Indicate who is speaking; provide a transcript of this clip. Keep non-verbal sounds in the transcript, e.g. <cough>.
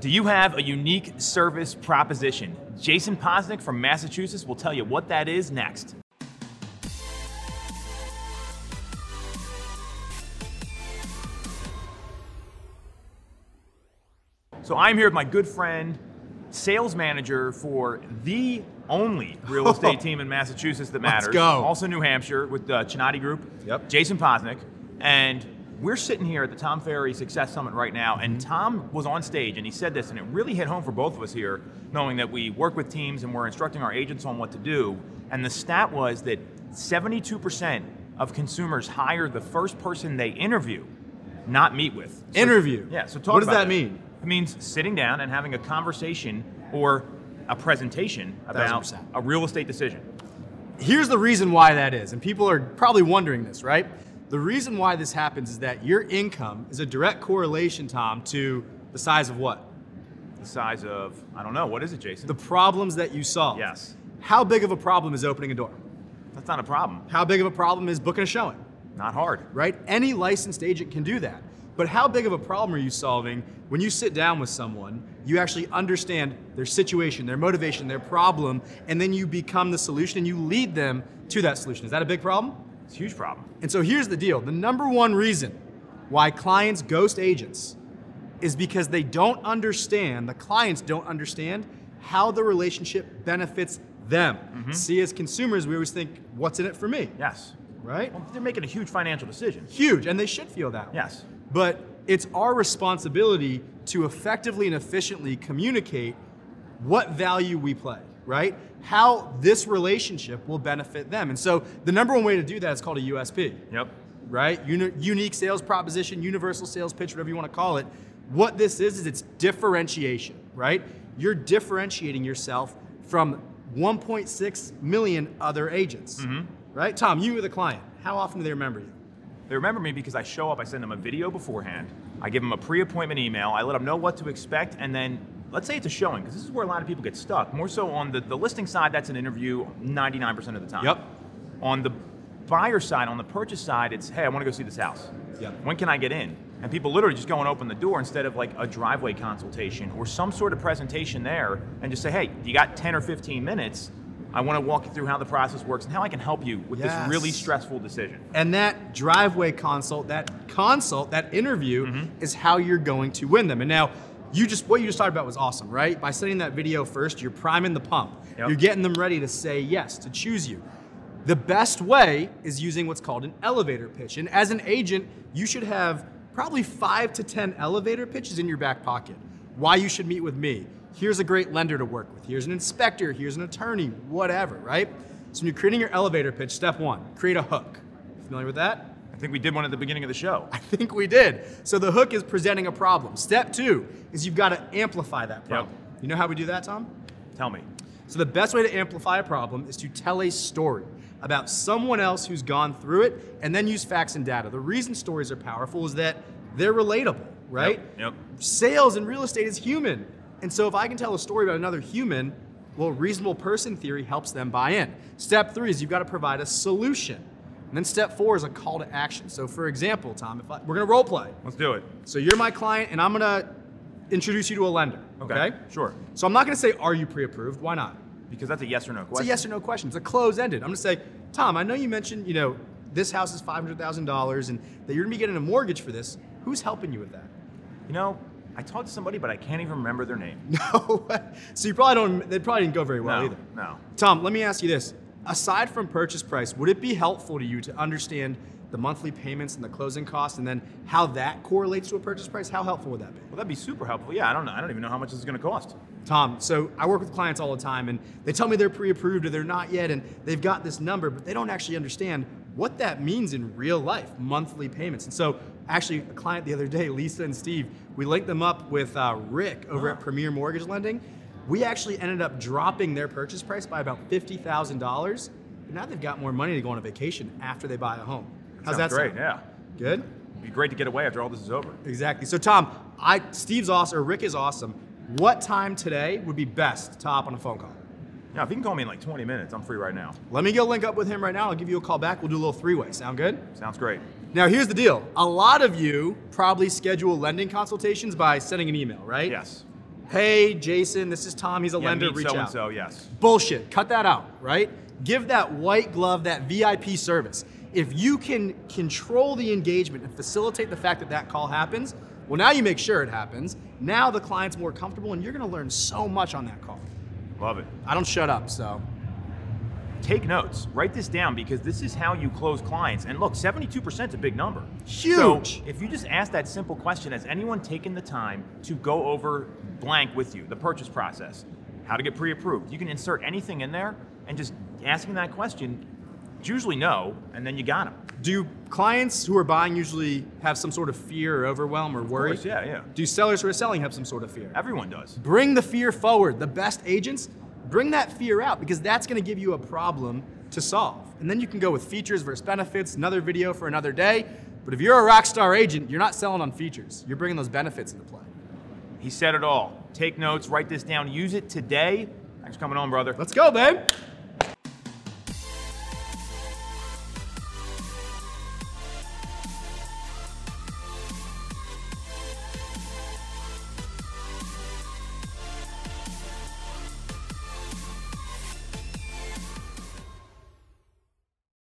Speaker 1: Do you have a unique service proposition? Jason Posnick from Massachusetts will tell you what that is next. So I'm here with my good friend, sales manager for the only real
Speaker 2: <laughs>
Speaker 1: estate team in Massachusetts that
Speaker 2: Let's
Speaker 1: matters.
Speaker 2: go.
Speaker 1: Also New Hampshire with the Chinati Group.
Speaker 2: Yep.
Speaker 1: Jason Posnick, and we're sitting here at the Tom Ferry Success Summit right now, and
Speaker 2: Mm-hmm.
Speaker 1: Tom was on stage and he said this, and it really hit home for both of us here, knowing that we work with teams and we're instructing our agents on what to do. And the stat was that 72% of consumers hire the first person they interview, not meet with. So-
Speaker 2: Interview.
Speaker 1: Yeah. So talk
Speaker 2: What does
Speaker 1: about
Speaker 2: that mean?
Speaker 1: It means sitting down and having a conversation or a presentation about
Speaker 2: 1000%.
Speaker 1: a real estate decision.
Speaker 2: Here's the reason why that is, and people are probably wondering this, right? The reason why this happens is that your income is a direct correlation, Tom, to the size of what?
Speaker 1: The size of I don't know what is it, Jason?
Speaker 2: The problems that you solve.
Speaker 1: Yes.
Speaker 2: How big of a problem is opening a door?
Speaker 1: That's not a problem.
Speaker 2: How big of a problem is booking a showing?
Speaker 1: Not hard.
Speaker 2: right? Any licensed agent can do that. But how big of a problem are you solving when you sit down with someone, you actually understand their situation, their motivation, their problem, and then you become the solution and you lead them to that solution? Is that a big problem?
Speaker 1: It's a huge problem.
Speaker 2: And so here's the deal the number one reason why clients ghost agents is because they don't understand, the clients don't understand how the relationship benefits them. See, as consumers, we always think, what's in it for me,
Speaker 1: Yes.
Speaker 2: right?
Speaker 1: Well, they're making a huge financial decision.
Speaker 2: Huge, and they should feel that way.
Speaker 1: Yes.
Speaker 2: But it's our responsibility to effectively and efficiently communicate what value we play, right? How this relationship will benefit them. And so the number one way to do that is called a USP,
Speaker 1: Yep.
Speaker 2: right? Uni- unique sales proposition, universal sales pitch, whatever you want to call it. What this is, is it's differentiation, right? You're differentiating yourself from 1.6 million other agents, right? Tom, you were the client. How often do they remember you?
Speaker 1: They remember me because I show up, I send them a video beforehand, I give them a pre appointment email, I let them know what to expect, and then let's say it's a showing, because this is where a lot of people get stuck. More so on the, the listing side, that's an interview 99% of the time.
Speaker 2: Yep.
Speaker 1: On the buyer side, on the purchase side, it's hey, I want to go see this house.
Speaker 2: Yep.
Speaker 1: When can I get in? And people literally just go and open the door instead of like a driveway consultation or some sort of presentation there and just say, hey, you got 10 or 15 minutes. I want to walk you through how the process works and how I can help you with this
Speaker 2: Yes.
Speaker 1: really stressful decision.
Speaker 2: And that driveway consult, that consult, that interview is how you're going to win them. And now, you just what you just talked about was awesome, right? By sending that video first, you're priming the pump.
Speaker 1: Yep.
Speaker 2: You're getting them ready to say yes, to choose you. The best way is using what's called an elevator pitch. And as an agent, you should have probably 5 to 10 elevator pitches in your back pocket. Why you should meet with me. Here's a great lender to work with. Here's an inspector, here's an attorney, whatever, right? So when you're creating your elevator pitch, step 1, create a hook. Familiar with that? <laughs>
Speaker 1: I think we did one at the beginning of the show.
Speaker 2: I think we did. So the hook is presenting a problem. Step two is you've got to amplify that problem. You know how we do that, Tom?
Speaker 1: Tell me.
Speaker 2: So the best way to amplify a problem is to tell a story about someone else who's gone through it and then use facts and data. The reason stories are powerful is that they're relatable, right?
Speaker 1: Yep.
Speaker 2: Sales and real estate is human. And so if I can tell a story about another human, well, reasonable person theory helps them buy in. Step three is you've got to provide a solution. And then step four is a call to action. So for example, Tom, if I, we're gonna role play.
Speaker 1: Let's do it.
Speaker 2: So you're my client and I'm gonna introduce you to a lender.
Speaker 1: Okay.
Speaker 2: okay?
Speaker 1: Sure.
Speaker 2: So I'm not gonna say, are you pre-approved? Why not?
Speaker 1: Because that's a yes or no
Speaker 2: It's a
Speaker 1: question.
Speaker 2: yes or no question. It's a close ended. I'm gonna say, Tom, I know you mentioned, you know, this house is five hundred thousand dollars, and that you're gonna be getting a mortgage for this. Who's helping you with that? <laughs>
Speaker 1: You know, I talked to somebody, but I can't even remember their name.
Speaker 2: No. way. so you probably don't. They probably didn't go very well
Speaker 1: no,
Speaker 2: either.
Speaker 1: no.
Speaker 2: Tom, let me ask you this. Aside from purchase price, would it be helpful to you to understand the monthly payments and the closing costs, and then how that correlates to a purchase price? How helpful would that be?
Speaker 1: Well, that'd be super helpful. Yeah, I don't know. I don't even know how much this is going to cost.
Speaker 2: Tom, so I work with clients all the time and they tell me they're pre approved or they're not yet and they've got this number, but they don't actually understand what that means in real life monthly payments. And so, actually, a client the other day, Lisa and Steve, we linked them up with uh, Rick over
Speaker 1: Oh.
Speaker 2: at Premier Mortgage Lending. We actually ended up dropping their purchase price by about $50,000. But now they've got more money to go on a vacation after they buy a home. How's
Speaker 1: Sounds
Speaker 2: that
Speaker 1: great?
Speaker 2: sound?
Speaker 1: Yeah.
Speaker 2: Good?
Speaker 1: It'd be great to get away after all this is over.
Speaker 2: Exactly. So Tom, I Steve's awesome or Rick is awesome. What time today would be best to hop on a phone call?
Speaker 1: Now, if you can call me in like 20 minutes, I'm free right now.
Speaker 2: Let me go link up with him right now. I'll give you a call back. We'll do a little three-way. Sound good?
Speaker 1: Sounds great.
Speaker 2: Now here's the deal. A lot of you probably schedule lending consultations by sending an email, right?
Speaker 1: Yes.
Speaker 2: hey, Jason, this is Tom. He's a
Speaker 1: Yeah,
Speaker 2: lender.
Speaker 1: meet
Speaker 2: Reach
Speaker 1: so and
Speaker 2: out.
Speaker 1: so. Yes.
Speaker 2: Bullshit. Cut that out, right? Give that white glove, that VIP service. If you can control the engagement and facilitate the fact that that call happens, well, now you make sure it happens. Now the client's more comfortable, and you're going to learn so much on that call.
Speaker 1: Love it.
Speaker 2: I don't shut up, so
Speaker 1: Take notes. Write this down because this is how you close clients. And look, 72% is a big number.
Speaker 2: Huge.
Speaker 1: So if you just ask that simple question, has anyone taken the time to go over blank with you, the purchase process, how to get pre approved? You can insert anything in there and just asking that question, it's usually no, and then you got them.
Speaker 2: do clients who are buying usually have some sort of fear or overwhelm or worry?
Speaker 1: yeah, yeah.
Speaker 2: Do sellers who are selling have some sort of fear?
Speaker 1: Everyone does.
Speaker 2: Bring the fear forward. The best agents, bring that fear out because that's going to give you a problem to solve. And then you can go with features versus benefits, another video for another day. But if you're a rock star agent, you're not selling on features. You're bringing those benefits into play.
Speaker 1: He said it all. Take notes, write this down, use it today. Thanks for coming on, brother.
Speaker 2: Let's go, babe.